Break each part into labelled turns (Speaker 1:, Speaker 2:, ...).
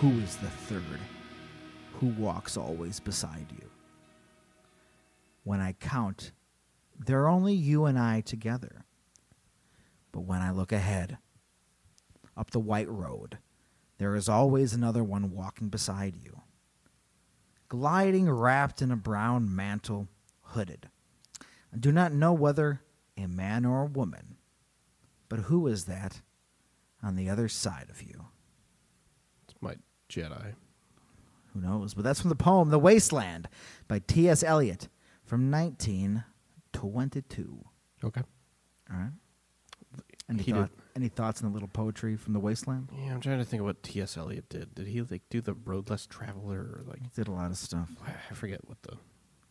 Speaker 1: Who is the third who walks always beside you? When I count, there are only you and I together. But when I look ahead, up the white road, there is always another one walking beside you. Gliding wrapped in a brown mantle, hooded. I do not know whether a man or a woman, but who is that on the other side of you?
Speaker 2: It's my Jedi.
Speaker 1: Who knows? But that's from the poem The Wasteland by T.S. Eliot from 1922.
Speaker 2: Okay.
Speaker 1: All right. Any,
Speaker 2: He
Speaker 1: thought,
Speaker 2: did-
Speaker 1: any thoughts on the little poetry from The Wasteland?
Speaker 2: Yeah, I'm trying to think of what T.S. Eliot did. Did he like do the road less traveler or like
Speaker 1: He did a lot of stuff.
Speaker 2: I forget what the,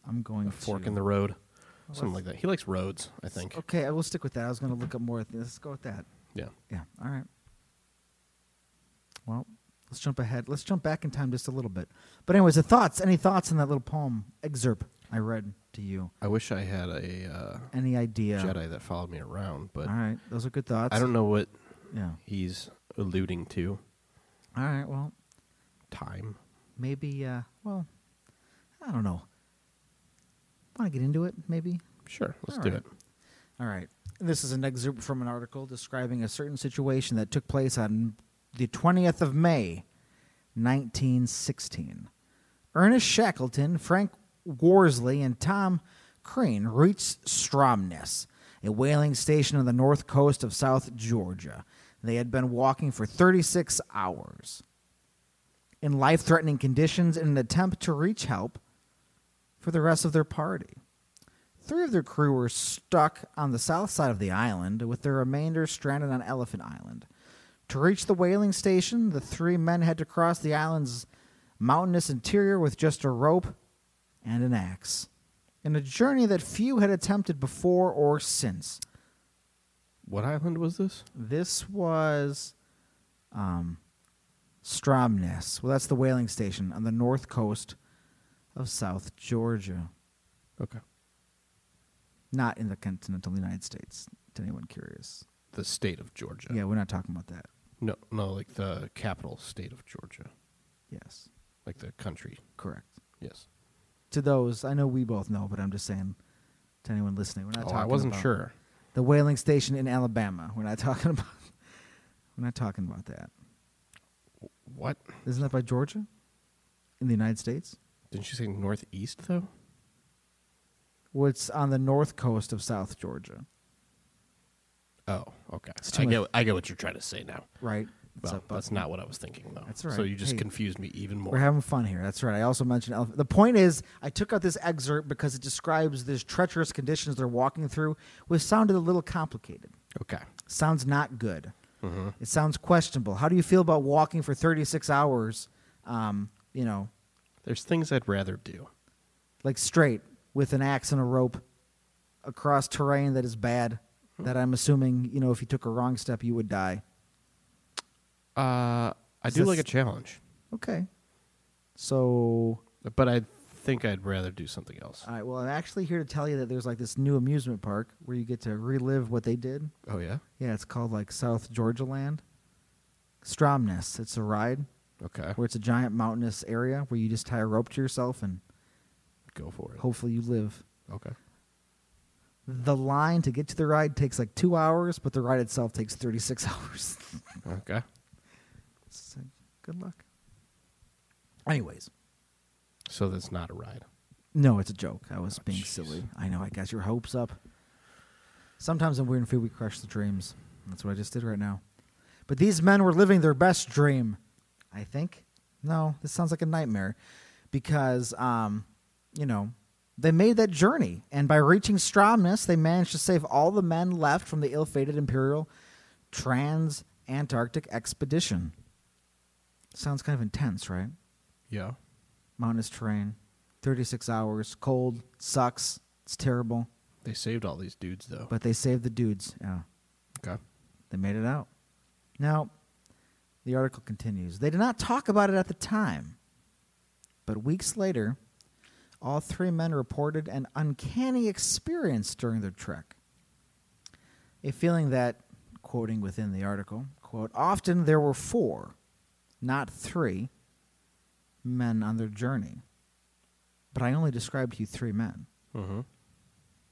Speaker 1: I'm going
Speaker 2: the fork
Speaker 1: to,
Speaker 2: in the road, something like that. He likes roads, I think.
Speaker 1: Okay, I will stick with that. I was going to look up more. things. Let's go with that.
Speaker 2: Yeah.
Speaker 1: Yeah. All right. Well, let's jump ahead. Let's jump back in time just a little bit. But anyways, the thoughts. Any thoughts on that little poem excerpt I read to you?
Speaker 2: I wish I had a uh,
Speaker 1: Any idea?
Speaker 2: Jedi that followed me around, but
Speaker 1: All right. Those are good thoughts.
Speaker 2: I don't know what
Speaker 1: Yeah.
Speaker 2: he's alluding to.
Speaker 1: All right. Well,
Speaker 2: Time.
Speaker 1: maybe uh well i don't know want to get into it maybe
Speaker 2: Sure, let's
Speaker 1: All
Speaker 2: do
Speaker 1: right.
Speaker 2: it.
Speaker 1: all right this is an excerpt from an article describing a certain situation that took place on the 20th of may 1916 ernest shackleton frank worsley and tom crane reached stromness a whaling station on the north coast of south georgia they had been walking for 36 hours in life threatening conditions in an attempt to reach help for the rest of their party. Three of their crew were stuck on the south side of the island, with the remainder stranded on Elephant Island. To reach the whaling station, the three men had to cross the island's mountainous interior with just a rope and an axe, in a journey that few had attempted before or since.
Speaker 2: What island was this?
Speaker 1: This was um, Stromness. Well, that's the whaling station on the north coast of South Georgia,
Speaker 2: Okay.
Speaker 1: not in the continental United States. To anyone curious,
Speaker 2: The state of Georgia.
Speaker 1: yeah, we're not talking about that.
Speaker 2: No, no, like the capital state of Georgia,
Speaker 1: Yes,
Speaker 2: like the country.
Speaker 1: correct.
Speaker 2: Yes.
Speaker 1: To those, I know we both know, but I'm just saying to anyone listening, we're not
Speaker 2: Oh,
Speaker 1: talking.
Speaker 2: I wasn't
Speaker 1: about
Speaker 2: sure.
Speaker 1: The whaling station in Alabama. We're not talking about. We're not talking about that.
Speaker 2: What?
Speaker 1: Isn't that by Georgia? In the United States?
Speaker 2: Didn't you say northeast though?
Speaker 1: Well, it's on the north coast of South Georgia.
Speaker 2: Oh, okay.
Speaker 1: It's too
Speaker 2: I
Speaker 1: much-
Speaker 2: get, I get what you're trying to say now.
Speaker 1: right? It's
Speaker 2: Well,
Speaker 1: up,
Speaker 2: that's
Speaker 1: up.
Speaker 2: not what I was thinking though.
Speaker 1: That's all
Speaker 2: So
Speaker 1: right.
Speaker 2: you just
Speaker 1: Hey.
Speaker 2: confused me even more.
Speaker 1: We're having fun here. That's right. I also mentioned elephant. The point is, I took out this excerpt because it describes these treacherous conditions they're walking through, which sounded a little complicated.
Speaker 2: okay.
Speaker 1: Sounds not good. It sounds questionable. How do you feel about walking for 36 hours, um, you know,
Speaker 2: There's things I'd rather do.
Speaker 1: like straight with an axe and a rope across terrain that is bad, that I'm assuming, you know, if you took a wrong step, you would die?
Speaker 2: Uh, I
Speaker 1: Is
Speaker 2: do like a
Speaker 1: this-
Speaker 2: challenge,
Speaker 1: Okay. So
Speaker 2: but I think I'd rather do something else.
Speaker 1: All right. Well, I'm actually here to tell you that there's like this new amusement park where you get to relive what they did.
Speaker 2: oh yeah.
Speaker 1: Yeah, it's called like South Georgia Land, Stromness. It's a ride
Speaker 2: Okay.
Speaker 1: where it's a giant mountainous area where you just tie a rope to yourself and
Speaker 2: Go for it.
Speaker 1: hopefully you live.
Speaker 2: Okay.
Speaker 1: The line to get to the ride takes like two hours, but the ride itself takes 36 hours.
Speaker 2: Okay.
Speaker 1: so, good luck. Anyways,
Speaker 2: So that's not a ride.
Speaker 1: no, it's a joke. I was being
Speaker 2: jeez.
Speaker 1: silly. I know. I got your hopes up. Sometimes in Weird and Free, we crush the dreams. That's what I just did right now. But these men were living their best dream, I think. No, this sounds like a nightmare because, um, you know, they made that journey. And by reaching Stromness, they managed to save all the men left from the ill fated Imperial Trans Antarctic Expedition. Sounds kind of intense, right?
Speaker 2: Yeah.
Speaker 1: Mountainous terrain, 36 hours, cold, sucks, it's terrible.
Speaker 2: They saved all these dudes though.
Speaker 1: But they saved the dudes. Yeah.
Speaker 2: okay.
Speaker 1: They made it out. Now, the article continues. They did not talk about it at the time, but weeks later, all three men reported an uncanny experience during their trek. A feeling that, quoting within the article, quote, often there were four, not three, men on their journey. But I only described to you three men
Speaker 2: Mm-hmm.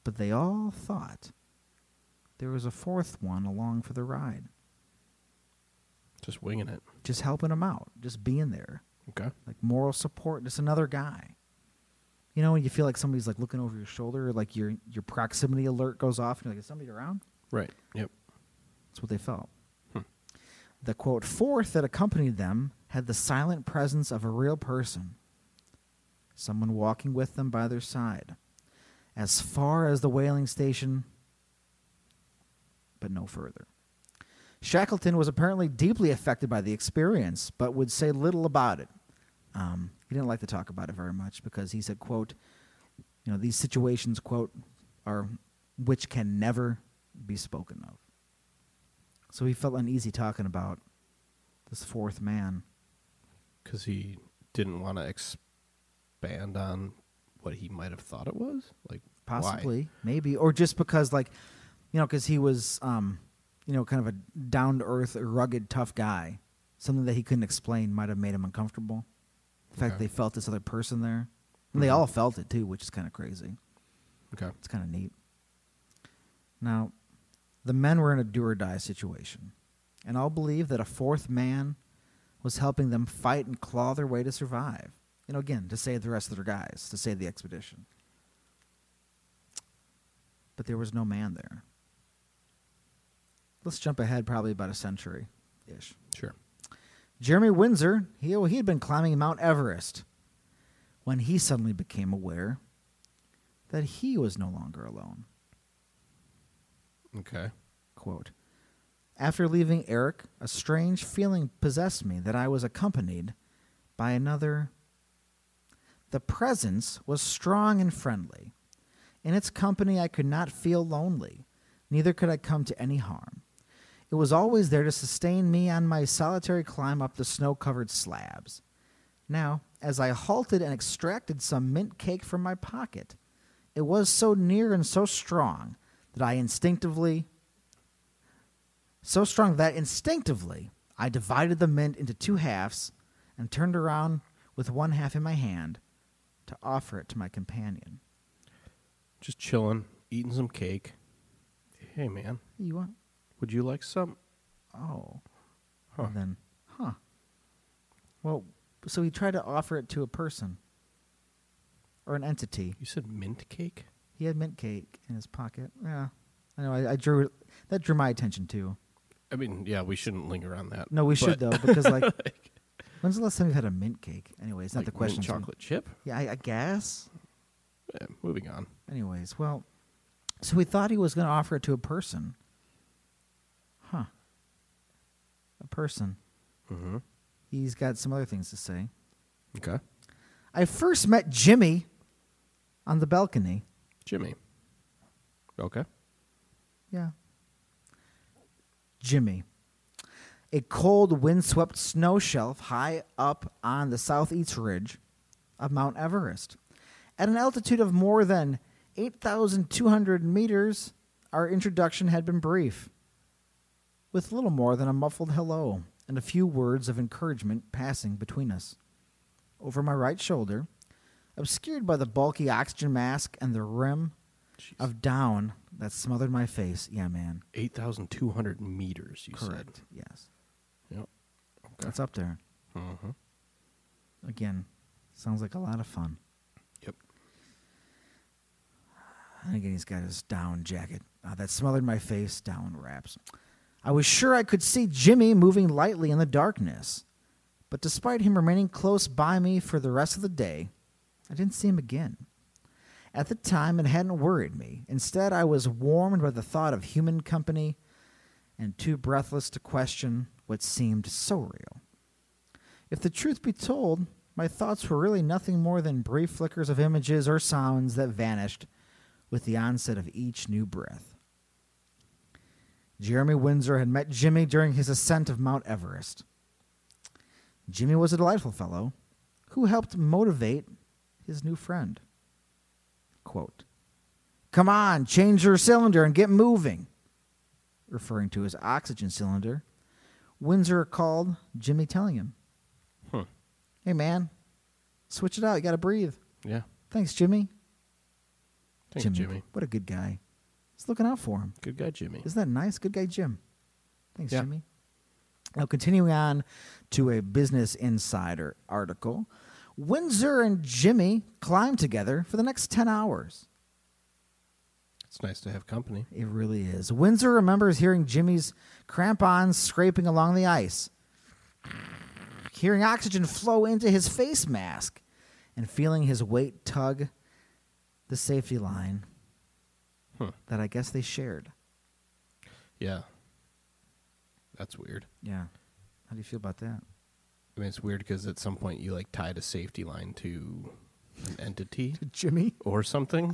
Speaker 1: but they all thought there was a fourth one along for the ride,
Speaker 2: Just winging it.
Speaker 1: just helping him out, just being there,
Speaker 2: Okay.
Speaker 1: like moral support, just another guy. You know, when you feel like somebody's like looking over your shoulder, like your your proximity alert goes off, and you're like, "Is somebody around?"
Speaker 2: Right. Yep.
Speaker 1: That's what they felt.
Speaker 2: Hmm.
Speaker 1: The quote fourth that accompanied them had the silent presence of a real person, someone walking with them by their side, as far as the whaling station, but no further. Shackleton was apparently deeply affected by the experience, but would say little about it. Um, he didn't like to talk about it very much because he said, "quote You know, these situations, quote, are which can never be spoken of." So he felt uneasy talking about this fourth man.
Speaker 2: Because he didn't want to expand on what he might have thought it was. Like why?
Speaker 1: possibly maybe or just because like you know because he was um you know kind of a down to earth rugged tough guy something that he couldn't explain might have made him uncomfortable the fact
Speaker 2: Okay.
Speaker 1: that they felt this other person there and they
Speaker 2: Mhm.
Speaker 1: all felt it too which is kind of crazy
Speaker 2: Okay.
Speaker 1: it's kind of neat now the men were in a do or die situation and all believed that a fourth man was helping them fight and claw their way to survive you know again to save the rest of their guys to save the expedition but there was no man there. Let's jump ahead probably about a century ish.
Speaker 2: Sure.
Speaker 1: Jeremy Windsor, he, oh, he had been climbing Mount Everest when he suddenly became aware that he was no longer alone.
Speaker 2: Okay.
Speaker 1: Quote After leaving Eric, a strange feeling possessed me that I was accompanied by another. The presence was strong and friendly. In its company, I could not feel lonely, neither could I come to any harm. It was always there to sustain me on my solitary climb up the snow covered slabs. Now, as I halted and extracted some mint cake from my pocket, it was so near and so strong that I instinctively so strong that instinctively I divided the mint into two halves and turned around with one half in my hand to offer it to my companion.
Speaker 2: Just chilling, eating some cake. Hey man,
Speaker 1: Hey, You want?
Speaker 2: would you like some?
Speaker 1: Oh.
Speaker 2: Huh.
Speaker 1: And then, huh. Well, so he tried to offer it to a person or an entity.
Speaker 2: You said mint cake.
Speaker 1: He had mint cake in his pocket. Yeah. I know. I, I drew that drew my attention too.
Speaker 2: I mean, yeah, we shouldn't linger on that.
Speaker 1: No, we should
Speaker 2: but-
Speaker 1: though because like, when's the last time you had a mint cake? Anyway, it's not
Speaker 2: like
Speaker 1: the question.
Speaker 2: Mint chocolate chip.
Speaker 1: Yeah, I, I guess.
Speaker 2: Eh, moving on.
Speaker 1: Anyways, well, so he thought he was going to offer it to a person. Huh. A person.
Speaker 2: Mm-hmm.
Speaker 1: He's got some other things to say.
Speaker 2: Okay.
Speaker 1: I first met Jimmy on the balcony.
Speaker 2: Jimmy. Okay.
Speaker 1: Yeah. Jimmy. A cold, windswept snow shelf high up on the southeast ridge of Mount Everest. At an altitude of more than 8,200 meters, our introduction had been brief, with little more than a muffled hello and a few words of encouragement passing between us. Over my right shoulder, obscured by the bulky oxygen mask and the rim of down that smothered my face. Yeah, man.
Speaker 2: Eight thousand two hundred meters. You
Speaker 1: Correct. Yes.
Speaker 2: said. Yep. Okay.
Speaker 1: That's up there.
Speaker 2: Mm-hmm.
Speaker 1: Again, sounds like a lot of fun.
Speaker 2: Yep.
Speaker 1: And again, he's got his down jacket. uh, that smothered my face down wraps. I was sure I could see Jimmy moving lightly in the darkness, but despite him remaining close by me for the rest of the day, I didn't see him again. At the time, it hadn't worried me. Instead, I was warmed by the thought of human company and too breathless to question what seemed so real. If the truth be told, my thoughts were really nothing more than brief flickers of images or sounds that vanished with the onset of each new breath. Jeremy Windsor had met Jimmy during his ascent of Mount Everest. Jimmy was a delightful fellow who helped motivate his new friend. Quote, Come on, change your cylinder and get moving. Referring to his oxygen cylinder, Windsor called Jimmy, telling him,
Speaker 2: Huh.
Speaker 1: Hey, man, switch it out. You got to breathe.
Speaker 2: Yeah.
Speaker 1: Thanks, Jimmy.
Speaker 2: Thanks, Jimmy. Jimmy.
Speaker 1: What a good guy. He's looking out for him.
Speaker 2: Good guy, Jimmy.
Speaker 1: Isn't that nice? Good guy, Jim. Thanks,
Speaker 2: Yeah.
Speaker 1: Jimmy. Now, continuing on to a Business Insider article Windsor and Jimmy climbed together for the next 10 hours.
Speaker 2: It's nice to have company.
Speaker 1: It really is. Windsor remembers hearing Jimmy's crampons scraping along the ice, hearing oxygen flow into his face mask, and feeling his weight tug the safety line
Speaker 2: Huh.
Speaker 1: that I guess they shared.
Speaker 2: Yeah. That's weird.
Speaker 1: Yeah. How do you feel about that?
Speaker 2: I mean, it's weird because at some point you like tied a safety line to an entity
Speaker 1: Jimmy?
Speaker 2: or something,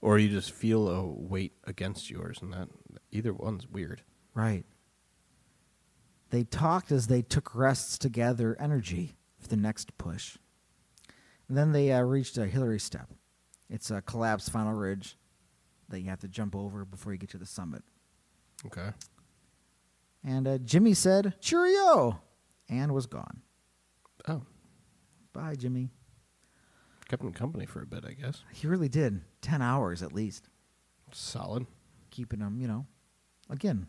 Speaker 2: or you just feel a weight against yours, and that either one's weird.
Speaker 1: Right. They talked as they took rests to gather energy for the next push. And then they uh, reached a Hillary step. It's a collapsed final ridge that you have to jump over before you get to the summit.
Speaker 2: Okay.
Speaker 1: And uh, Jimmy said, Cheerio! And was gone.
Speaker 2: Oh,
Speaker 1: Bye, Jimmy.
Speaker 2: kept him company for a bit, I guess.
Speaker 1: He really did. 10 hours at least.
Speaker 2: Solid.
Speaker 1: Keeping him, you know, again,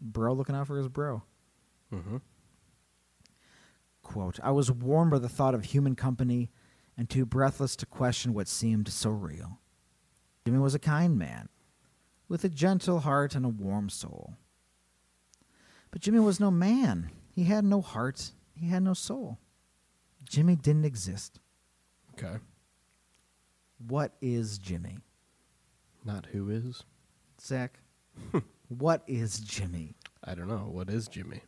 Speaker 1: bro looking out for his bro.
Speaker 2: Mm-hmm.
Speaker 1: quote i was warmed by the thought of human company and too breathless to question what seemed so real jimmy was a kind man with a gentle heart and a warm soul but jimmy was no man he had no heart he had no soul jimmy didn't exist
Speaker 2: Okay.
Speaker 1: what is jimmy
Speaker 2: Not who is.
Speaker 1: zach what is jimmy
Speaker 2: I don't know. What is Jimmy?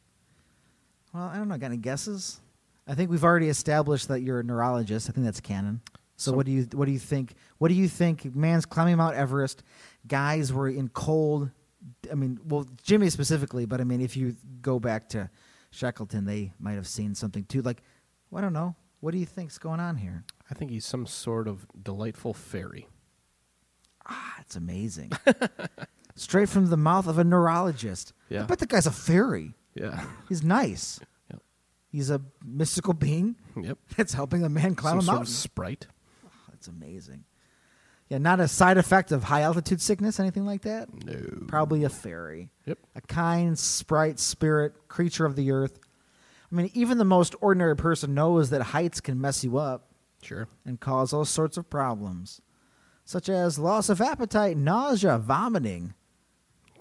Speaker 1: well i don't know got any guesses i think we've already established that you're a neurologist i think that's canon So
Speaker 2: Some-
Speaker 1: what do you what do you think? What do you think? Man's climbing Mount Everest. Guys were in cold. I mean, well, Jimmy specifically, but I mean, if you go back to Shackleton, they might have seen something too. Like, well, I don't know. What do you think's going on here?
Speaker 2: I think he's some sort of delightful fairy.
Speaker 1: Ah, it's amazing. Straight from the mouth of a neurologist.
Speaker 2: Yeah.
Speaker 1: I bet the guy's a fairy.
Speaker 2: Yeah.
Speaker 1: He's nice.
Speaker 2: Yep.
Speaker 1: He's a mystical being
Speaker 2: Yep.
Speaker 1: that's helping a man climb
Speaker 2: some
Speaker 1: a
Speaker 2: sort of
Speaker 1: mountain.
Speaker 2: sprite.
Speaker 1: That's amazing. Yeah, not a side effect of high altitude sickness, anything like that.
Speaker 2: No.
Speaker 1: Probably a fairy.
Speaker 2: Yep.
Speaker 1: A kind, sprite, spirit, creature of the earth. I mean, even the most ordinary person knows that heights can mess you up
Speaker 2: Sure.
Speaker 1: and cause all sorts of problems, such as loss of appetite, nausea, vomiting,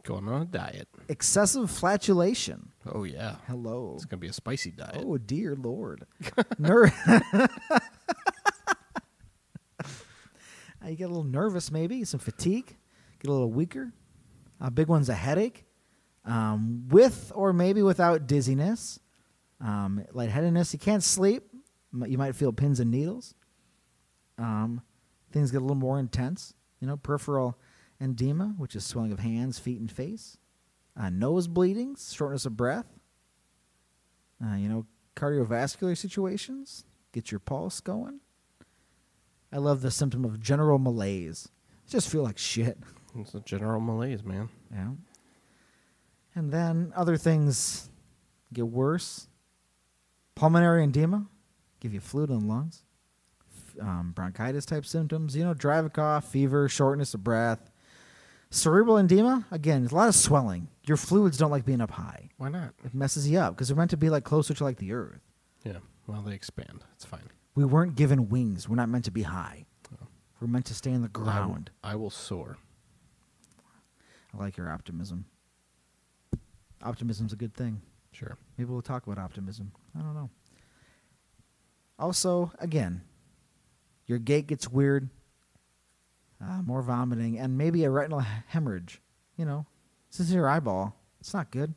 Speaker 2: Going on a diet.
Speaker 1: excessive flatulation.
Speaker 2: Oh yeah.
Speaker 1: Hello.
Speaker 2: It's gonna be a spicy diet.
Speaker 1: Oh, dear Lord. Ner- you get a little nervous, maybe, some fatigue, get a little weaker. A big one's a headache, um, with or maybe without dizziness, um, lightheadedness. You can't sleep. M- You might feel pins and needles. Um, things get a little more intense. You know, peripheral edema, which is swelling of hands, feet, and face. Uh, nose bleedings, shortness of breath. Uh, you know, cardiovascular situations. Get your pulse going. I love the symptom of general malaise. I just feel like shit.
Speaker 2: It's a general malaise, man.
Speaker 1: Yeah. And then other things get worse. Pulmonary edema, give you fluid in the lungs. F- Um, bronchitis type symptoms, you know, dry cough, fever, shortness of breath. Cerebral edema, again, it's a lot of swelling. Your fluids don't like being up high.
Speaker 2: Why not?
Speaker 1: It messes you up because they're meant to be like closer to like the earth.
Speaker 2: Yeah. Well, they expand. It's fine.
Speaker 1: We weren't given wings. We're not meant to be high. We're meant to stay in the ground.
Speaker 2: I will, I will soar.
Speaker 1: I like your optimism. Optimism's a good thing.
Speaker 2: Sure.
Speaker 1: Maybe we'll talk about optimism. I don't know. Also, again, your gait gets weird, uh, more vomiting, and maybe a retinal h- hemorrhage. You know, this is your eyeball. It's not good.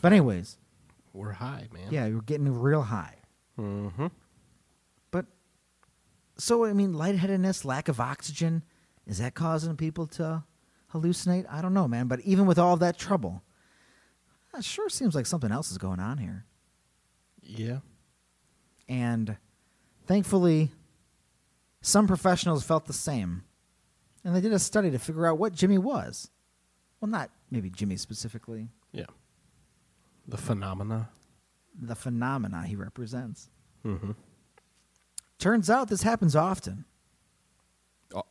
Speaker 1: But anyways,
Speaker 2: We're high, man.
Speaker 1: yeah, you're getting real high.
Speaker 2: Mm-hmm.
Speaker 1: But so I mean, lightheadedness, lack of oxygen, is that causing people to hallucinate? I don't know, man. But even with all that trouble, it sure seems like something else is going on here.
Speaker 2: Yeah.
Speaker 1: And thankfully, some professionals felt the same. And they did a study to figure out what Jimmy was. Well, not maybe Jimmy specifically,
Speaker 2: Yeah. The phenomena.
Speaker 1: the phenomena he represents.
Speaker 2: Mm-hmm.
Speaker 1: Turns out this happens often.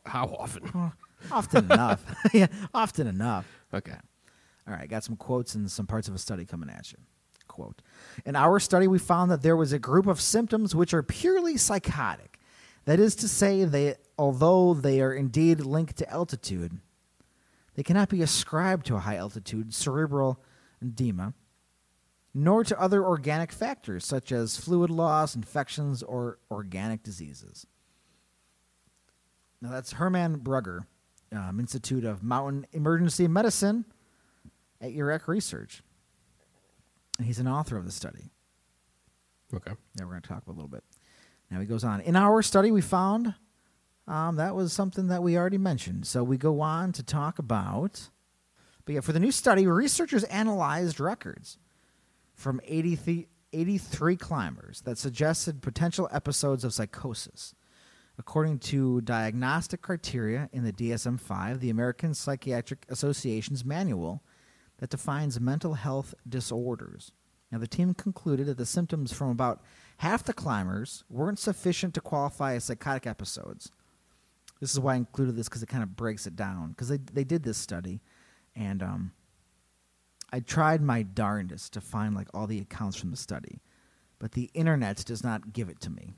Speaker 2: how often?
Speaker 1: Oh, often enough. yeah, often enough.
Speaker 2: Okay.
Speaker 1: All right, got some quotes and some parts of a study coming at you. Quote In our study, we found that there was a group of symptoms which are purely psychotic. That is to say, they, although they are indeed linked to altitude, they cannot be ascribed to a high altitude cerebral edema, nor to other organic factors such as fluid loss, infections, or organic diseases. Now, that's Hermann Brugger, um, Institute of Mountain Emergency Medicine at UREC Research. And he's an author of the study
Speaker 2: Okay.
Speaker 1: that we're going to talk about a little bit. Now he goes on. In our study, we found um, that was something that we already mentioned. So we go on to talk about. But yeah, for the new study, researchers analyzed records from 83, 83 climbers that suggested potential episodes of psychosis. According to diagnostic criteria in the DSM 5, the American Psychiatric Association's manual that defines mental health disorders. Now, the team concluded that the symptoms from about half the climbers weren't sufficient to qualify as psychotic episodes. This is why I included this because it kind of breaks it down. Because they, they did this study, and um, I tried my darndest to find like all the accounts from the study, but the internet does not give it to me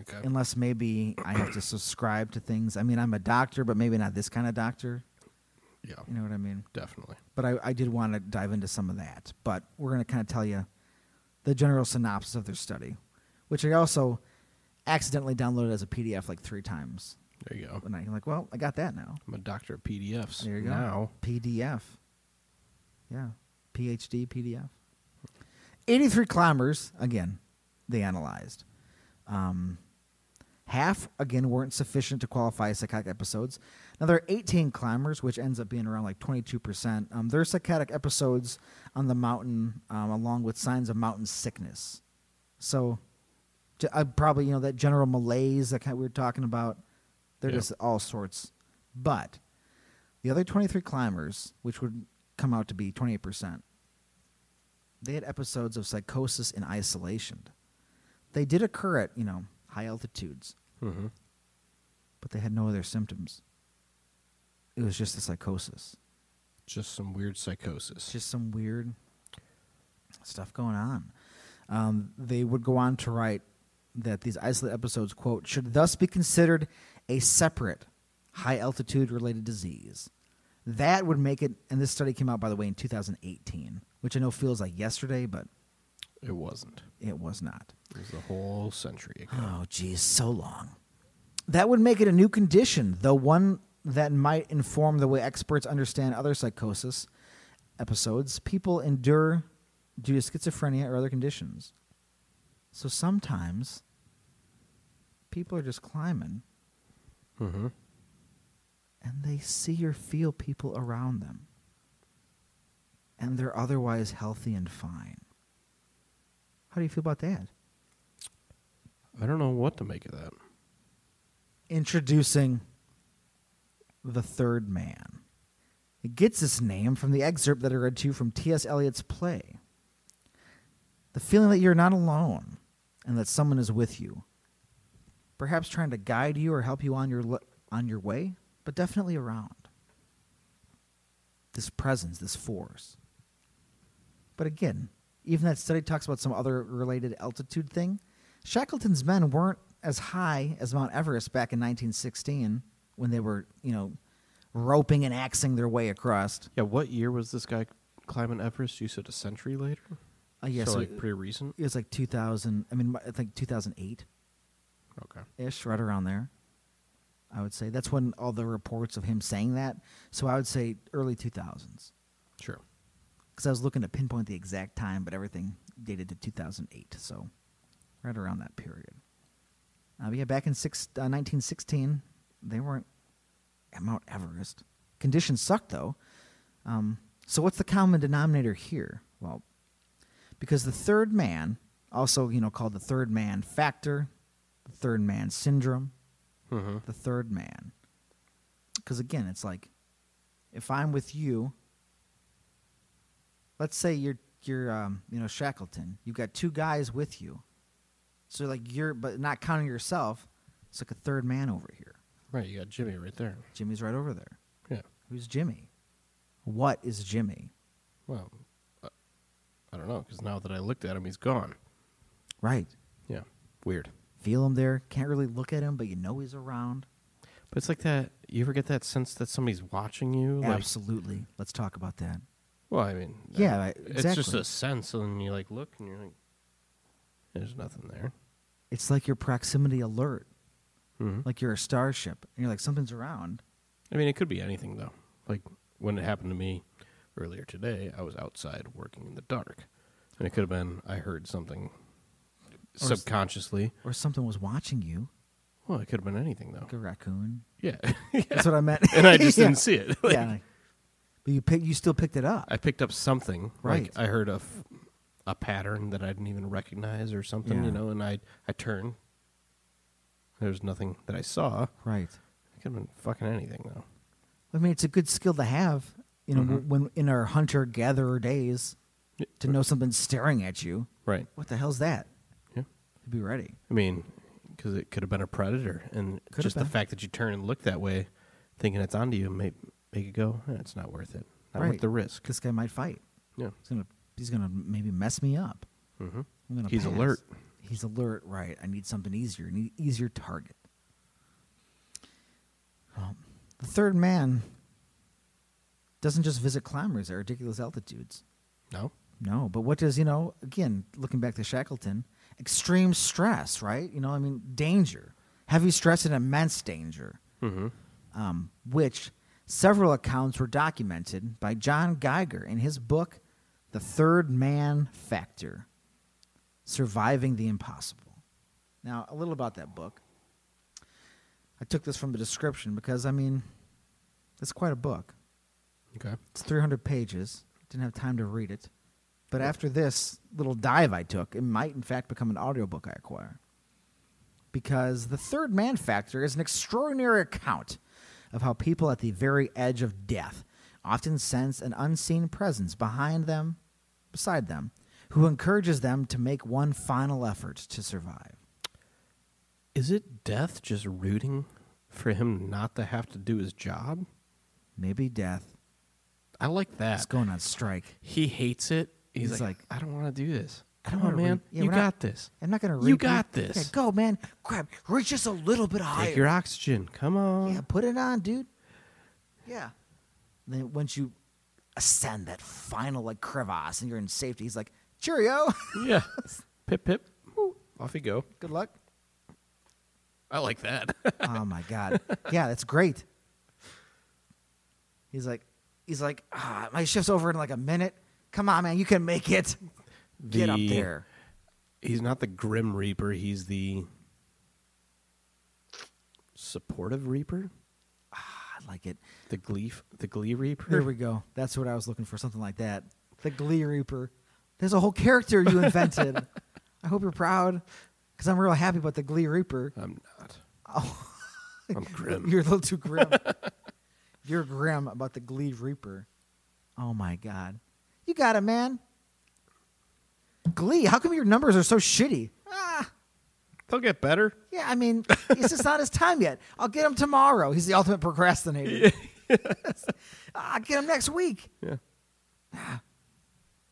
Speaker 2: Okay.
Speaker 1: unless maybe I have to subscribe to things. I mean, I'm a doctor, but maybe not this kind of doctor.
Speaker 2: yeah.
Speaker 1: You know what I mean?
Speaker 2: Definitely.
Speaker 1: But I, I did want to dive into some of that. But we're going to kind of tell you the general synopsis of their study, which I also accidentally downloaded as a PDF like three times.
Speaker 2: There you go.
Speaker 1: And I'm like, well, I got that now.
Speaker 2: I'm a doctor of PDFs.
Speaker 1: There you go.
Speaker 2: Now.
Speaker 1: PDF. Yeah. PhD PDF. 83 climbers, again, they analyzed. Um, half, again, weren't sufficient to qualify as psychotic episodes. Another 18 climbers, which ends up being around like 22%, um, their psychotic episodes on the mountain, um, along with signs of mountain sickness. So, j- uh, probably, you know, that general malaise that kind we were talking about, they're
Speaker 2: Yeah.
Speaker 1: just all sorts. But the other 23 climbers, which would come out to be 28%, they had episodes of psychosis and isolation. They did occur at, you know, high altitudes,
Speaker 2: Mm-hmm.
Speaker 1: but they had no other symptoms. It was just the psychosis.
Speaker 2: Just some weird psychosis.
Speaker 1: It's just some weird stuff going on. Um, they would go on to write that these isolate episodes, quote, should thus be considered a separate high altitude related disease. That would make it, and this study came out, by the way, in 2018, which I know feels like yesterday, but
Speaker 2: it wasn't.
Speaker 1: it was not.
Speaker 2: It was a whole century ago.
Speaker 1: Oh, geez, so long. That would make it a new condition, though one that might inform the way experts understand other psychosis episodes people endure due to schizophrenia or other conditions. So sometimes people are just climbing
Speaker 2: Mm-hmm.
Speaker 1: and they see or feel people around them. And they're otherwise healthy and fine. How do you feel about that?
Speaker 2: I don't know what to make of that.
Speaker 1: introducing the third man. It gets its name from the excerpt that I read to you from T.S. Eliot's play. The feeling that you're not alone and that someone is with you, perhaps trying to guide you or help you on your, le- on your way, but definitely around. This presence, this force. But again, even that study talks about some other related altitude thing. Shackleton's men weren't as high as Mount Everest back in 1916 when they were, you know, roping and axing their way across.
Speaker 2: Yeah, what year was this guy climbing Everest? You said a century later?
Speaker 1: Uh, yeah,
Speaker 2: so,
Speaker 1: so
Speaker 2: like pretty recent?
Speaker 1: it was like 2000. I mean, I think 2008
Speaker 2: Okay.
Speaker 1: ish, right around there. I would say that's when all the reports of him saying that. So I would say early 2000s
Speaker 2: Sure.
Speaker 1: because I was looking to pinpoint the exact time, but everything dated to 2008. So right around that period. Uh, but yeah, back in six, uh, 1916, they weren't at Mount Everest. Conditions sucked though. Um, so what's the common denominator here? Well, because the third man, also you know called the third man factor, the third man syndrome,
Speaker 2: Mm-hmm.
Speaker 1: the third man. Because again, it's like, if I'm with you, let's say you're you're um, you know Shackleton, you've got two guys with you, so like you're but not counting yourself, it's like a third man over here.
Speaker 2: Right, you got Jimmy right there.
Speaker 1: Jimmy's right over there.
Speaker 2: Yeah.
Speaker 1: Who's Jimmy? What is Jimmy?
Speaker 2: Well, uh, I don't know, because now that I looked at him, he's gone.
Speaker 1: Right.
Speaker 2: Yeah. Weird.
Speaker 1: Feel him there. Can't really look at him, but you know he's around.
Speaker 2: But it's like that. You ever get that sense that somebody's watching you? Like,
Speaker 1: Absolutely. Let's talk about that.
Speaker 2: Well, I mean,
Speaker 1: Yeah,
Speaker 2: I-
Speaker 1: I-
Speaker 2: it's just
Speaker 1: exactly.
Speaker 2: a sense, and you like look, and you're like, "There's nothing there."
Speaker 1: It's like your proximity alert.
Speaker 2: Mm-hmm.
Speaker 1: Like you're a starship, and you're like something's around.
Speaker 2: I mean, it could be anything though. Like when it happened to me earlier today, I was outside working in the dark, and it could have been I heard something
Speaker 1: s-
Speaker 2: subconsciously.
Speaker 1: or something was watching you,
Speaker 2: Well, it could have been anything though.
Speaker 1: like a raccoon.
Speaker 2: Yeah,
Speaker 1: That's what I meant.
Speaker 2: and I just
Speaker 1: Yeah.
Speaker 2: didn't see it. Like,
Speaker 1: yeah, like- but you pick, you still picked it up.
Speaker 2: I picked up something.
Speaker 1: Right.
Speaker 2: Like I heard a, f- a pattern that I didn't even recognize or something,
Speaker 1: Yeah.
Speaker 2: you know, and I I turned. There's nothing that I saw.
Speaker 1: right.
Speaker 2: It could have been fucking anything though.
Speaker 1: I mean, it's a good skill to have. You know,
Speaker 2: Mhm.
Speaker 1: when in our hunter gatherer days,
Speaker 2: Yeah.
Speaker 1: to know something's staring at you.
Speaker 2: Right.
Speaker 1: What the hell's that?
Speaker 2: Yeah.
Speaker 1: To be ready.
Speaker 2: I mean, because it could have been a predator, and
Speaker 1: Could have
Speaker 2: just the
Speaker 1: been.
Speaker 2: fact that you turn and look that way, thinking it's onto you, make make it go. "Eh, it's not worth it. Not worth
Speaker 1: Right.
Speaker 2: the risk.
Speaker 1: This guy might fight.
Speaker 2: Yeah.
Speaker 1: He's gonna he's gonna maybe mess me up.
Speaker 2: Mm-hmm.
Speaker 1: I'm gonna
Speaker 2: He's
Speaker 1: pass.
Speaker 2: alert.
Speaker 1: He's alert, right? I need something easier, an e- easier target. Well, the third man doesn't just visit climbers at ridiculous altitudes.
Speaker 2: No.
Speaker 1: No, but what does, you know, again, looking back to Shackleton, extreme stress, right? You know, I mean, danger, heavy stress and immense danger,
Speaker 2: Mm-hmm.
Speaker 1: um, which several accounts were documented by John Geiger in his book, The Third Man Factor Surviving the Impossible. Now, a little about that book. I took this from the description because, I mean, it's quite a book.
Speaker 2: Okay.
Speaker 1: It's 300 pages. Didn't have time to read it. But after this little dive I took, it might in fact become an audiobook I acquire. Because The Third Man Factor is an extraordinary account of how people at the very edge of death often sense an unseen presence behind them, beside them, who encourages them to make one final effort to survive.
Speaker 2: Is it death just rooting for him not to have to do his job?
Speaker 1: Maybe death
Speaker 2: I like
Speaker 1: is
Speaker 2: that.
Speaker 1: going on strike.
Speaker 2: He hates it. He's,
Speaker 1: He's
Speaker 2: like,
Speaker 1: like,
Speaker 2: I don't want to do this.
Speaker 1: I
Speaker 2: Come
Speaker 1: don't
Speaker 2: on,
Speaker 1: wanna
Speaker 2: man.
Speaker 1: read- yeah,
Speaker 2: you
Speaker 1: we're
Speaker 2: got
Speaker 1: not-
Speaker 2: this.
Speaker 1: I'm not going to read
Speaker 2: You got
Speaker 1: Yeah,
Speaker 2: this.
Speaker 1: go, man. Grab. Reach just a little bit higher.
Speaker 2: Take your oxygen. Come on.
Speaker 1: Yeah, put it on, dude. Mm. Yeah. Then once you ascend that final like crevasse and you're in safety, he's like, "Cheerio,
Speaker 2: Yeah. pip pip. Off you go.
Speaker 1: good luck."
Speaker 2: I like that.
Speaker 1: oh my god, yeah, that's great. He's like, he's like, ah, my shift's over in like a minute. Come on, man, you can make it. Get up
Speaker 2: The-
Speaker 1: there.
Speaker 2: He's not the grim reaper. He's the supportive reaper.
Speaker 1: I like it.
Speaker 2: The glee, the glee reaper.
Speaker 1: There we go. That's what I was looking for. Something like that. The Glee Reaper. There's a whole character you invented. I hope you're proud, because I'm real happy about the Glee Reaper.
Speaker 2: I'm not.
Speaker 1: Oh.
Speaker 2: I'm grim.
Speaker 1: You're a little too grim. You're grim about the Glee Reaper. Oh my God. You got it, man. Glee, how come your numbers are so shitty? Ah,
Speaker 2: They'll get better.
Speaker 1: yeah, I mean, it's just not his time yet. I'll get him tomorrow. He's the ultimate procrastinator. I'll get him next week.
Speaker 2: Yeah.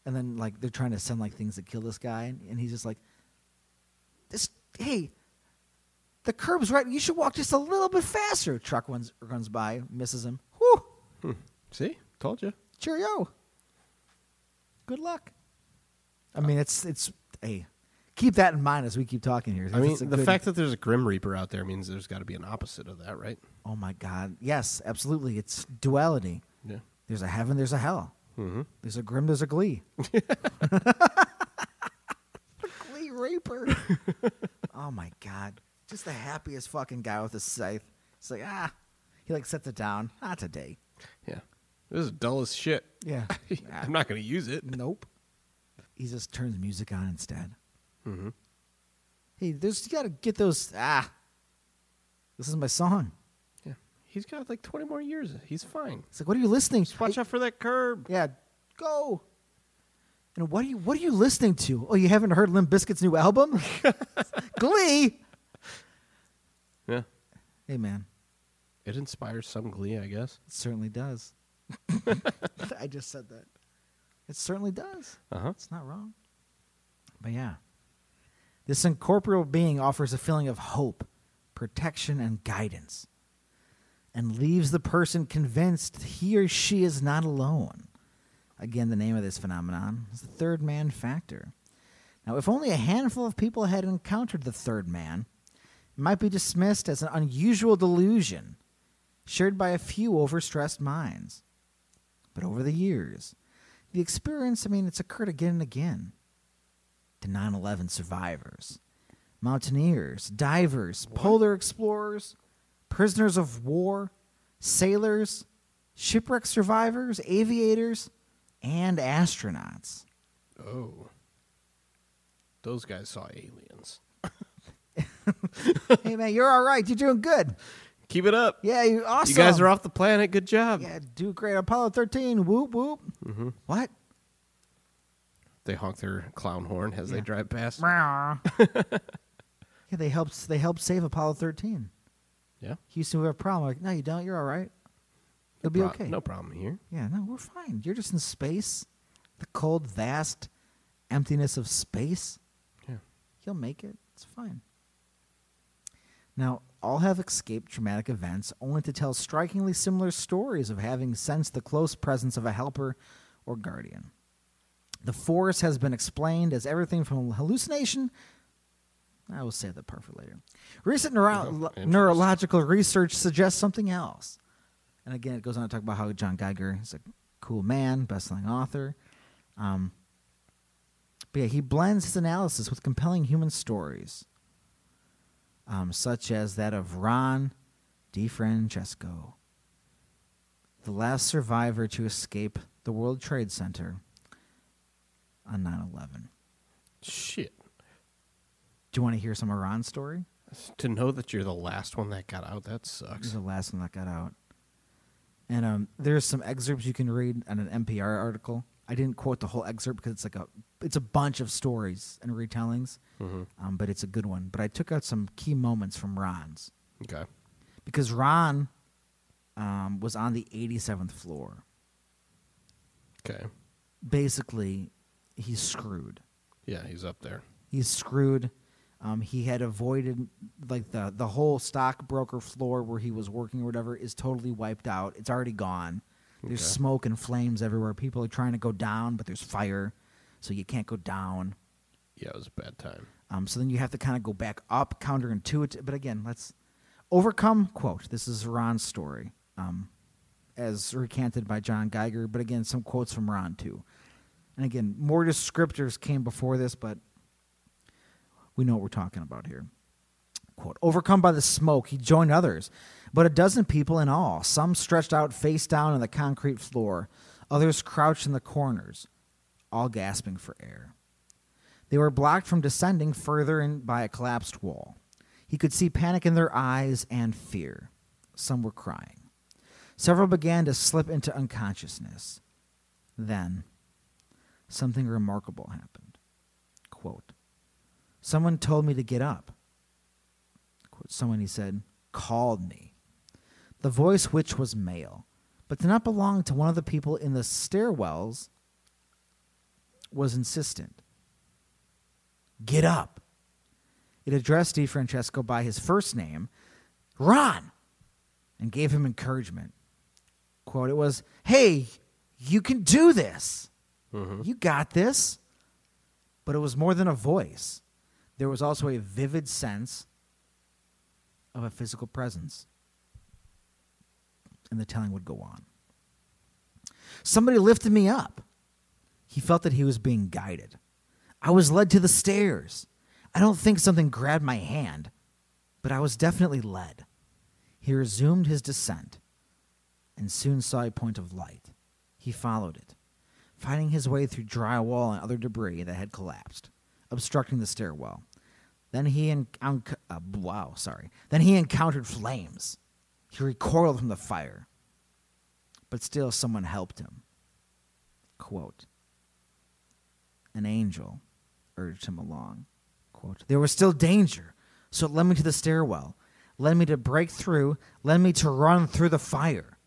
Speaker 1: And then, like, they're trying to send, like, things that kill this guy. And, and he's just like, this, hey, the curb's right. You should walk just a little bit faster. Truck runs, runs by, misses him. Whew.
Speaker 2: See, told you.
Speaker 1: Cheerio. Good luck. I mean, it's it's hey, keep that in mind as we keep talking here.
Speaker 2: I mean,
Speaker 1: It's a
Speaker 2: the
Speaker 1: good-
Speaker 2: fact that there's a Grim Reaper out there means there's got to be an opposite of that, right?
Speaker 1: Oh my God! Yes, absolutely. It's duality.
Speaker 2: Yeah.
Speaker 1: There's a heaven. There's a hell.
Speaker 2: Mm-hmm.
Speaker 1: There's a grim. There's a glee. glee raper. oh my God! Just the happiest fucking guy with a scythe. It's like ah, he like sets it down. Not today.
Speaker 2: Yeah. This is dull as shit.
Speaker 1: Yeah.
Speaker 2: I'm not going to use it.
Speaker 1: Ah. Nope. He just turns music on instead.
Speaker 2: Mm-hmm.
Speaker 1: Hey, there's you gotta get those ah. This is my song.
Speaker 2: Yeah. He's got like 20 more years. He's fine.
Speaker 1: It's like, what are you listening?
Speaker 2: Just watch out for that curb.
Speaker 1: Yeah, go. And what are you what are you listening to? Oh, you haven't heard Limp Bizkit's new album? Glee.
Speaker 2: Yeah.
Speaker 1: Hey man,
Speaker 2: It inspires some glee, I guess.
Speaker 1: it certainly does. I just said that. It certainly does.
Speaker 2: Uh huh.
Speaker 1: It's not wrong. But yeah. This incorporeal being offers a feeling of hope, protection, and guidance, and leaves the person convinced he or she is not alone. Again, the name of this phenomenon is the third man factor. Now, if only a handful of people had encountered the third man, it might be dismissed as an unusual delusion shared by a few overstressed minds. But over the years, the experience, I mean, it's occurred again and again to 9 11 survivors, mountaineers, divers, polar explorers, prisoners of war, sailors, shipwreck survivors, aviators, and astronauts.
Speaker 2: Oh. Those guys saw aliens.
Speaker 1: hey, man, you're all right. You're doing good.
Speaker 2: Keep it up.
Speaker 1: Yeah, you're awesome.
Speaker 2: You guys are off the planet. Good job.
Speaker 1: Yeah, do great. Apollo 13. Whoop, whoop.
Speaker 2: Mm-hmm.
Speaker 1: What?
Speaker 2: They honk their clown horn as they
Speaker 1: Yeah.
Speaker 2: drive past.
Speaker 1: yeah, they helped, they helped save Apollo 13.
Speaker 2: Yeah.
Speaker 1: Houston, we have a problem. Like, no, you don't. You're all right. It'll be
Speaker 2: Pro-
Speaker 1: okay.
Speaker 2: No problem here.
Speaker 1: Yeah, no, we're fine. You're just in space, the cold, vast emptiness of space.
Speaker 2: Yeah.
Speaker 1: You'll make it. It's fine. Now, all have escaped traumatic events only to tell strikingly similar stories of having sensed the close presence of a helper or guardian. The force has been explained as everything from hallucination. I will save that part for later. Recent neuro-
Speaker 2: Oh,
Speaker 1: lo-
Speaker 2: interesting.
Speaker 1: neurological research suggests something else. And again, it goes on to talk about how John Geiger is a cool man, best-selling author. Um, but yeah, he blends his analysis with compelling human stories, um, such as that of Ron DiFrancesco, the last survivor to escape the World Trade Center on 9 11.
Speaker 2: Shit.
Speaker 1: Do you want to hear some of Ron's story?
Speaker 2: To know that you're the last one that got out, that
Speaker 1: This is
Speaker 2: sucks.
Speaker 1: the last one that got out. And um, there's some excerpts you can read on an NPR article. I didn't quote the whole excerpt because it's like a it's a bunch of stories and retellings,
Speaker 2: Mhm.
Speaker 1: um, but it's a good one. But I took out some key moments from Ron's
Speaker 2: Okay.
Speaker 1: because Ron um, was on the 87th floor.
Speaker 2: Okay.
Speaker 1: Basically, he's screwed.
Speaker 2: Yeah, he's up there.
Speaker 1: he's screwed. Um, he had avoided like the the whole stockbroker floor where he was working or whatever is totally wiped out. It's already gone. There's
Speaker 2: Okay.
Speaker 1: smoke and flames everywhere. People are trying to go down, but there's fire, so you can't go down.
Speaker 2: Yeah, it was a bad time.
Speaker 1: Um, so then you have to kind of go back up, counterintuitive. But again, let's overcome. Quote: This is Ron's story, um, as recanted by John Geiger. But again, some quotes from Ron too. And again, more descriptors came before this, but we know what we're talking about here. Quote, overcome by the smoke, he joined others, but a dozen people in all, some stretched out face down on the concrete floor, others crouched in the corners, all gasping for air. They were blocked from descending further in by a collapsed wall. He could see panic in their eyes and fear. Some were crying. Several began to slip into unconsciousness. Then, something remarkable happened. Quote, Someone told me to get up. Quote, Someone, he said, called me. The voice, which was male, but did not belong to one of the people in the stairwells, was insistent. Get up. It addressed DiFrancesco by his first name, Ron, and gave him encouragement. quote. It was, "Hey, you can do this. You got this." But it was more than a voice. There was also a vivid sense of a physical presence. And the telling would go on. Somebody lifted me up. He felt that he was being guided. I was led to the stairs. I don't think something grabbed my hand, but I was definitely led. He resumed his descent and soon saw a point of light. He followed it, finding his way through drywall and other debris that had collapsed, obstructing the stairwell. Then he en- un- uh, wow, sorry. Then he encountered flames. He recoiled from the fire, but still someone helped him. Quote, an angel urged him along. Quote, there was still danger, so it led me to the stairwell, led me to break through, led me to run through the fire.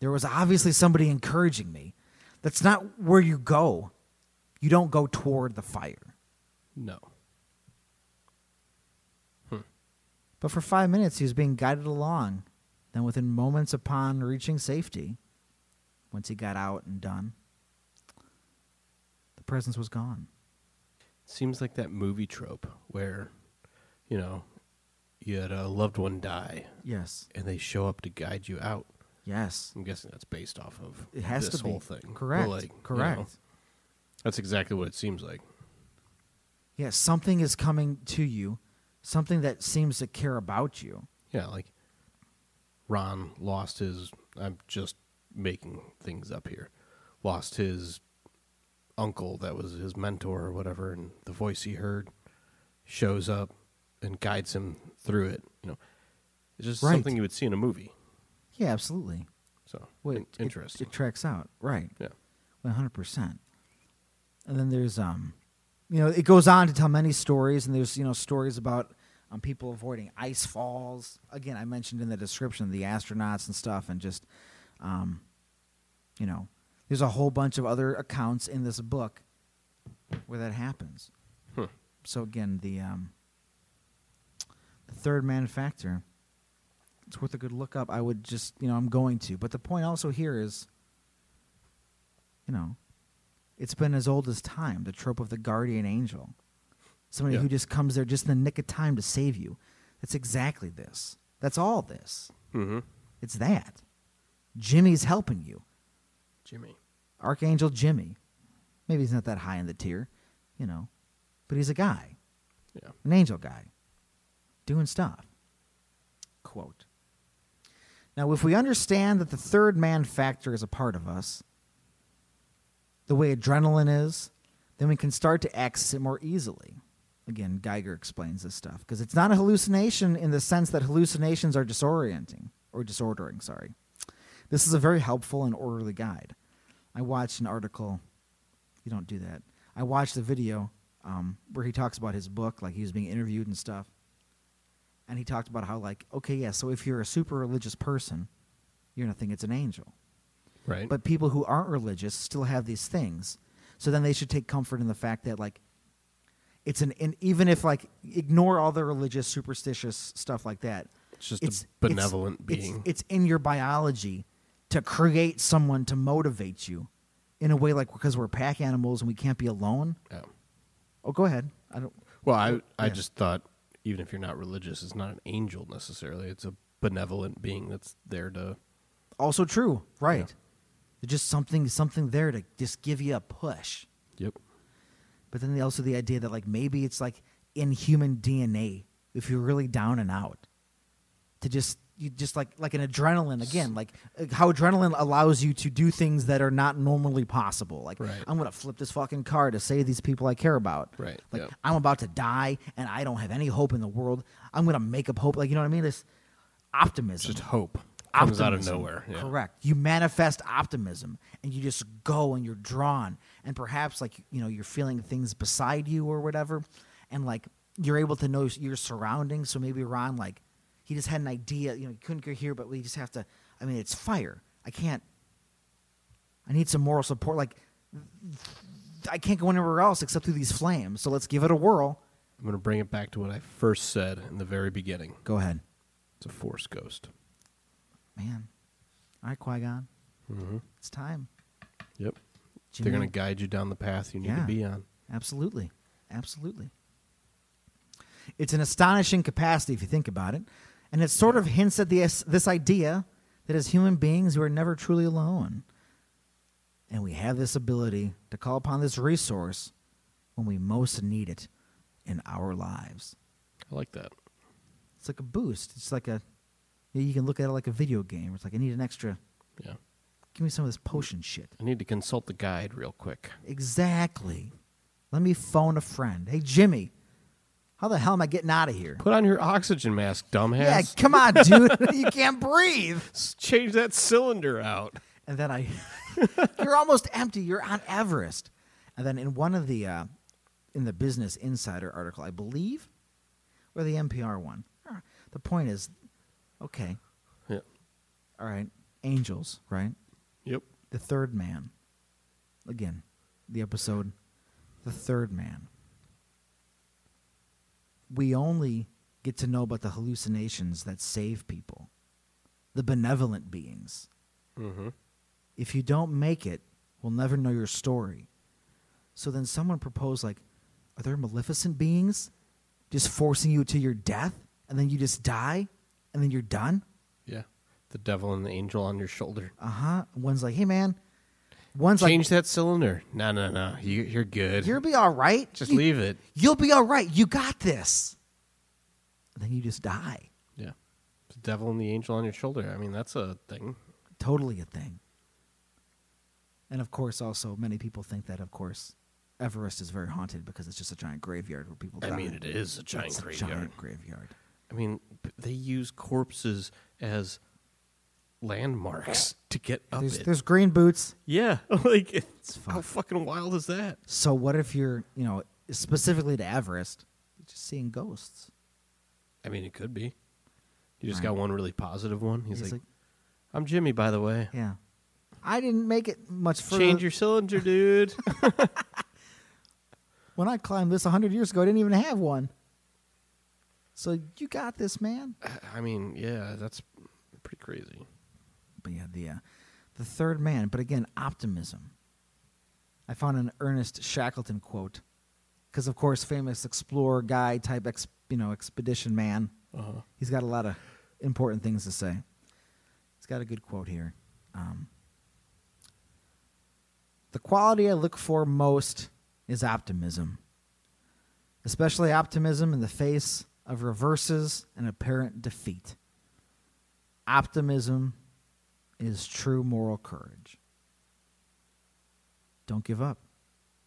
Speaker 1: There was obviously somebody encouraging me. That's not where you go. You don't go toward the fire.
Speaker 2: No.
Speaker 1: But for five minutes, he was being guided along. Then, within moments upon reaching safety, once he got out and done, the presence was gone.
Speaker 2: Seems like that movie trope where, you know, you had a loved one die
Speaker 1: Yes.
Speaker 2: and they show up to guide you out.
Speaker 1: Yes.
Speaker 2: I'm guessing that's based off of
Speaker 1: It has
Speaker 2: this
Speaker 1: to be
Speaker 2: whole thing. But,
Speaker 1: correct.
Speaker 2: like, you know,
Speaker 1: correct.
Speaker 2: that's exactly what it seems like.
Speaker 1: Yeah, something is coming to you, something that seems to care about you.
Speaker 2: Yeah, like Ron lost his. I'm just making things up here. Lost his uncle that was his mentor or whatever, and the voice he heard shows up and guides him through it. You know, it's just
Speaker 1: Right.
Speaker 2: something you would see in a movie.
Speaker 1: Yeah, absolutely.
Speaker 2: So
Speaker 1: Well,
Speaker 2: in-
Speaker 1: it- it-
Speaker 2: interesting.
Speaker 1: It, tracks out, right?
Speaker 2: yeah,
Speaker 1: One hundred percent. And then there's, um, you know, it goes on to tell many stories, and there's you know stories about um, people avoiding ice falls. Again, I mentioned in the description the astronauts and stuff, and just, um, you know, there's a whole bunch of other accounts in this book where that happens.
Speaker 2: Hmm.
Speaker 1: So again, the um, the third man factor. It's worth a good look up. I would just, you know, I'm going to. But the point also here is, you know, it's been as old as time. The trope of the guardian angel, somebody
Speaker 2: Yeah.
Speaker 1: who just comes there just in the nick of time to save you. That's exactly this. That's all this.
Speaker 2: mm-hmm.
Speaker 1: It's that. Jimmy's helping you.
Speaker 2: Jimmy.
Speaker 1: Archangel Jimmy. Maybe he's not that high in the tier, you know, but he's a guy
Speaker 2: Yeah,
Speaker 1: an angel guy doing stuff. Quote. Now, if we understand that the third man factor is a part of us, the way adrenaline is, then we can start to access it more easily. Again, Geiger explains this stuff because it's not a hallucination in the sense that hallucinations are disorienting or disordering, sorry. This is a very helpful and orderly guide. I watched an article you don't do that. I watched the video um, where he talks about his book, like he was being interviewed and stuff. And he talked about how, like, okay, yeah, so if you're a super religious person, you're going to think it's an angel.
Speaker 2: right.
Speaker 1: But people who aren't religious still have these things. So then they should take comfort in the fact that, like, it's an, and even if, like, ignore all the religious, superstitious stuff like that.
Speaker 2: It's just a benevolent
Speaker 1: it's-
Speaker 2: being.
Speaker 1: It's, in your biology to create someone to motivate you in a way, like, because we're pack animals and we can't be alone.
Speaker 2: yeah.
Speaker 1: Oh, go ahead. I don't.
Speaker 2: Well, I I
Speaker 1: Yeah.
Speaker 2: just thought even if you're not religious, it's not an angel necessarily. It's a benevolent being that's there to
Speaker 1: Also true, right?
Speaker 2: Yeah.
Speaker 1: There's just something, something there to just give you a push.
Speaker 2: Yep.
Speaker 1: But then also the idea that like maybe it's like in human DNA if you're really down and out to just you just like like an adrenaline again like uh, how adrenaline allows you to do things that are not normally possible like
Speaker 2: Right.
Speaker 1: i'm gonna flip this fucking car to save these people i care about
Speaker 2: Right,
Speaker 1: like
Speaker 2: yeah.
Speaker 1: i'm about to die and i don't have any hope in the world i'm gonna make up hope like you know what i mean this optimism
Speaker 2: Just hope comes out of
Speaker 1: Optimism.
Speaker 2: nowhere. Yeah.
Speaker 1: Correct. You manifest optimism and you just go and you're drawn and perhaps like you know you're feeling things beside you or whatever and like you're able to know your surroundings so maybe Ron like he just had an idea, you know, he couldn't go here but we just have to I mean it's fire. I can't I need some moral support like I can't go anywhere else except through these flames. So let's give it a whirl.
Speaker 2: I'm going to bring it back to what I first said in the very beginning.
Speaker 1: Go ahead.
Speaker 2: It's a force ghost.
Speaker 1: Man. All right, Qui Gon,
Speaker 2: Mm-hmm.
Speaker 1: it's time.
Speaker 2: Yep.
Speaker 1: Jimmy,
Speaker 2: They're going to guide you down the path you need
Speaker 1: Yeah.
Speaker 2: to be on.
Speaker 1: Absolutely. Absolutely. It's an astonishing capacity if you think about it. And it sort of hints at the, this idea that as human beings, we're never truly alone. And we have this ability to call upon this resource when we most need it in our lives.
Speaker 2: I like that.
Speaker 1: It's like a boost. It's like a, you can look at it like a video game. It's like, I need an extra,
Speaker 2: Yeah.
Speaker 1: give me some of this potion shit.
Speaker 2: I need to consult the guide real quick.
Speaker 1: Exactly. Let me phone a friend. Hey, Jimmy, how the hell am I getting out of here?
Speaker 2: Put on your oxygen mask,
Speaker 1: Yeah,
Speaker 2: dumbass.
Speaker 1: come on, dude. you can't breathe.
Speaker 2: S- Change that cylinder out.
Speaker 1: And then I, you're almost empty. You're on Everest. And then in one of the, uh, in the Business Insider article, I believe, or the NPR one. The point is, okay,
Speaker 2: Yeah.
Speaker 1: all right, angels, right?
Speaker 2: Yep.
Speaker 1: The third man. Again, the episode The Third Man. We only get to know about the hallucinations that save people, the benevolent beings.
Speaker 2: Mm-hmm.
Speaker 1: If you don't make it, we'll never know your story. So then someone proposed, like, are there maleficent beings just forcing you to your death? And then you just die? And then you're done?
Speaker 2: Yeah. The devil and the angel on your shoulder.
Speaker 1: Uh huh. One's like, hey, man. One's like,
Speaker 2: Change that cylinder. No, no, no. You, you're good.
Speaker 1: You'll be all right.
Speaker 2: Just
Speaker 1: You-
Speaker 2: leave it.
Speaker 1: You'll be all right. You got this. And then you just die.
Speaker 2: Yeah. The devil and the angel on your shoulder. I mean, that's a thing.
Speaker 1: Totally a thing. And of course, also many people think that, of course, Everest is very haunted because it's just a giant graveyard where people.
Speaker 2: I
Speaker 1: die.
Speaker 2: mean, it is a giant
Speaker 1: It's
Speaker 2: graveyard.
Speaker 1: giant graveyard.
Speaker 2: I mean, p- they use corpses as landmarks to get up
Speaker 1: There's,
Speaker 2: it.
Speaker 1: there's green boots.
Speaker 2: yeah, like
Speaker 1: It's
Speaker 2: it's how
Speaker 1: fucked.
Speaker 2: fucking wild is that?
Speaker 1: So what if you're, you know, specifically to Everest, you're just seeing ghosts?
Speaker 2: I mean, it could be. You just
Speaker 1: Right.
Speaker 2: got one really positive one. He's,
Speaker 1: He's
Speaker 2: like,
Speaker 1: like-
Speaker 2: "I'm Jimmy, by the way.
Speaker 1: Yeah. I didn't make it much further.
Speaker 2: Change your cylinder, dude."
Speaker 1: When I climbed this 100 years ago, I didn't even have one. So you got this, man.
Speaker 2: I mean, yeah, that's pretty crazy.
Speaker 1: But yeah, the uh, the third man. But again, optimism. I found an Ernest Shackleton quote, because of course, famous explorer guy type, ex, you know, expedition man.
Speaker 2: Uh-huh.
Speaker 1: He's got a lot of important things to say. He's got a good quote here. Um, the quality I look for most is optimism, especially optimism in the face of reverses and apparent defeat. Optimism is true moral courage. Don't give up.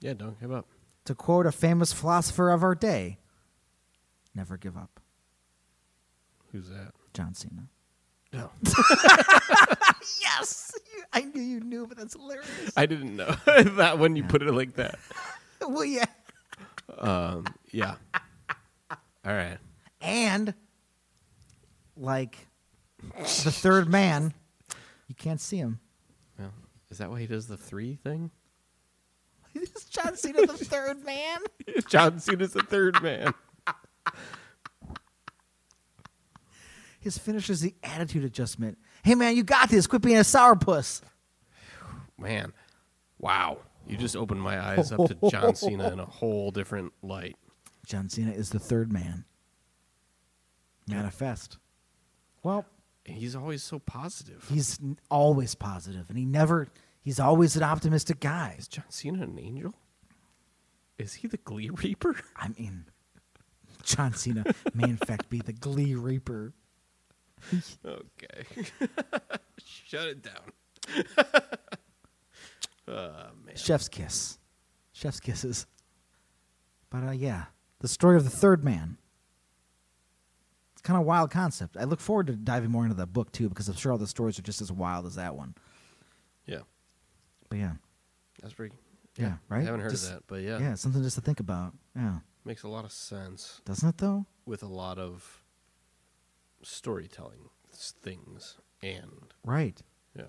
Speaker 2: Yeah, don't give up.
Speaker 1: To quote a famous philosopher of our day, never give up.
Speaker 2: Who's that?
Speaker 1: John Cena.
Speaker 2: No,
Speaker 1: Yes, you, I knew you knew, but that's hilarious.
Speaker 2: I didn't know that when you put it like that.
Speaker 1: well, yeah,
Speaker 2: Um, yeah. All right.
Speaker 1: and like the third man, you can't see him.
Speaker 2: Well, is that why he does the three thing?
Speaker 1: Is John Cena the third man?
Speaker 2: John Cena's the third man.
Speaker 1: His finish is the attitude adjustment. Hey, man, you got this. Quit being a sourpuss.
Speaker 2: Man, wow. You just opened my eyes up to John Cena in a whole different light.
Speaker 1: John Cena is the third man. Manifest. Well,
Speaker 2: He's always so positive.
Speaker 1: he's n- always positive, and he never. He's always an optimistic guy.
Speaker 2: Is John Cena an angel? Is he the Glee Reaper?
Speaker 1: I mean, John Cena may in fact be the Glee Reaper.
Speaker 2: Okay. Shut it down.
Speaker 1: Chef's kiss. Chef's kisses. But uh, yeah, the story of the third man. It's kind of a wild concept. I look forward to diving more into the book too because I'm sure all the stories are just as wild as that one.
Speaker 2: Yeah.
Speaker 1: But yeah,
Speaker 2: That's pretty.
Speaker 1: yeah, right.
Speaker 2: I haven't heard
Speaker 1: Just-
Speaker 2: of that, but yeah,
Speaker 1: Yeah, something just to think about. Yeah,
Speaker 2: Makes a lot of sense
Speaker 1: doesn't it though?
Speaker 2: with a lot of storytelling s- things. And
Speaker 1: Right.
Speaker 2: yeah.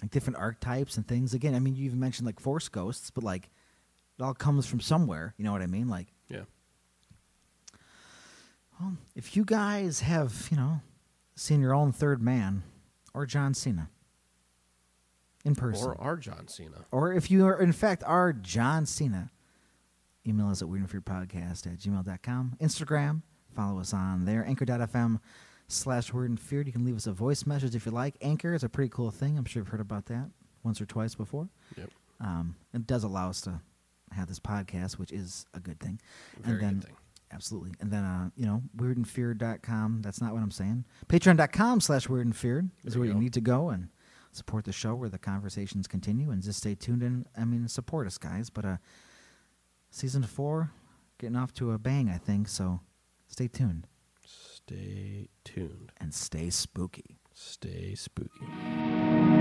Speaker 1: like different archetypes and things. Again, I mean, you even mentioned like force ghosts, but like it all comes from somewhere. You know what I mean? Like,
Speaker 2: Yeah.
Speaker 1: well, if you guys have, you know, seen your own third man or John Cena, in person.
Speaker 2: Or our John Cena.
Speaker 1: Or if you are, in fact, are John Cena, email us at weirdandfearpodcast at gmail.com. Instagram, follow us on there, anchor.fm slash word and feared. You can leave us a voice message if you like. Anchor is a pretty cool thing. I'm sure you've heard about that once or twice before.
Speaker 2: Yep.
Speaker 1: Um, it does allow us to have this podcast, which is a good thing.
Speaker 2: Very
Speaker 1: and then,
Speaker 2: good thing.
Speaker 1: Absolutely. And then, uh, you know, weirdandfeared.com. That's not what I'm saying. Patreon.com slash weirdandfeared is
Speaker 2: There
Speaker 1: where
Speaker 2: you
Speaker 1: you
Speaker 2: go.
Speaker 1: need to go and support the show where the conversations continue and just stay tuned and, I mean, support us, guys. But uh, season four, getting off to a bang, I think. So stay tuned
Speaker 2: Stay tuned.
Speaker 1: and stay spooky.
Speaker 2: Stay spooky.